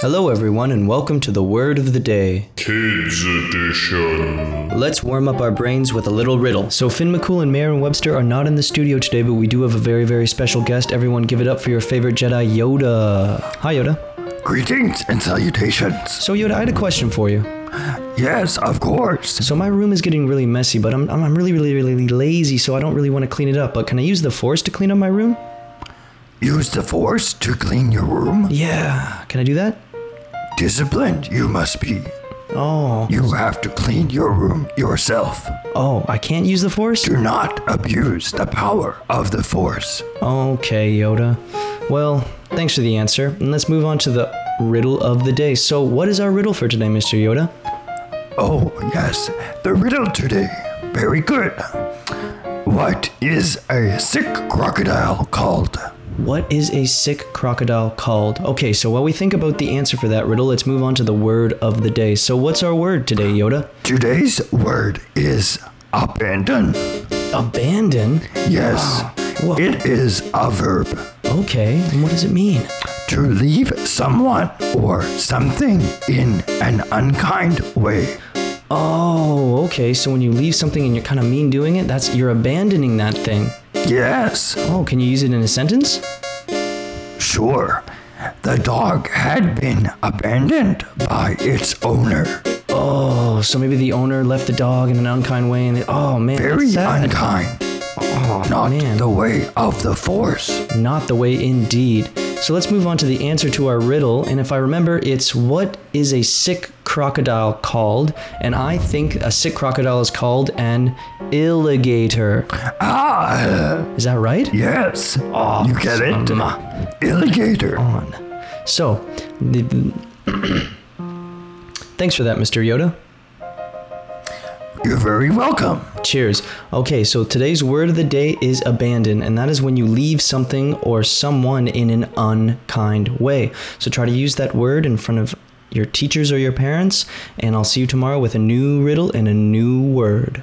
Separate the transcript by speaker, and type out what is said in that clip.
Speaker 1: Hello, everyone, and welcome to the word of the day.
Speaker 2: Kids Edition.
Speaker 1: Let's warm up our brains with a little riddle. So, Finn McCool and Merriam Webster are not in the studio today, but we do have a very, very special guest. Everyone, give it up for your favorite Jedi, Yoda. Hi, Yoda.
Speaker 3: Greetings and salutations.
Speaker 1: So, Yoda, I had a question for you.
Speaker 3: Yes, of course.
Speaker 1: So, my room is getting really messy, but I'm, I'm I'm really, really, really lazy, so I don't really want to clean it up. But can I use the force to clean up my room?
Speaker 3: Use the force to clean your room.
Speaker 1: Yeah. Can I do that?
Speaker 3: Disciplined you must be.
Speaker 1: Oh.
Speaker 3: You have to clean your room yourself.
Speaker 1: Oh, I can't use the force?
Speaker 3: Do not abuse the power of the force.
Speaker 1: Okay, Yoda. Well, thanks for the answer. And let's move on to the riddle of the day. So, what is our riddle for today, Mr. Yoda?
Speaker 3: Oh, yes, the riddle today. Very good. What is a sick crocodile called?
Speaker 1: What is a sick crocodile called? Okay, so while we think about the answer for that riddle, let's move on to the word of the day. So, what's our word today, Yoda?
Speaker 3: Today's word is abandon.
Speaker 1: Abandon?
Speaker 3: Yes,
Speaker 1: Wow.
Speaker 3: it is a verb.
Speaker 1: Okay, and what does it mean?
Speaker 3: To leave someone or something in an unkind way.
Speaker 1: Oh, okay, so when you leave something and you're kind of mean doing it, that's you're abandoning that thing.
Speaker 3: Yes,
Speaker 1: Oh, can you use it in a sentence?
Speaker 3: sure. The dog had been abandoned by its owner.
Speaker 1: Oh, so maybe the owner left the dog in an unkind way and they, oh man,
Speaker 3: Very
Speaker 1: that's sad.
Speaker 3: unkind.
Speaker 1: Oh,
Speaker 3: Not
Speaker 1: man.
Speaker 3: the way of the force.
Speaker 1: Not the way indeed. So let's move on to the answer to our riddle. And if I remember, it's what is a sick crocodile called? And I think a sick crocodile is called an illigator.
Speaker 3: Ah,
Speaker 1: Is that right?
Speaker 3: yes.
Speaker 1: Oh,
Speaker 3: you get it? Alligator.
Speaker 1: On. So, the, thanks for that, Mr. Yoda.
Speaker 3: You're very welcome.
Speaker 1: Cheers. Okay, so today's word of the day is abandon, and that is when you leave something or someone in an unkind way. So try to use that word in front of your teachers or your parents, and I'll see you tomorrow with a new riddle and a new word.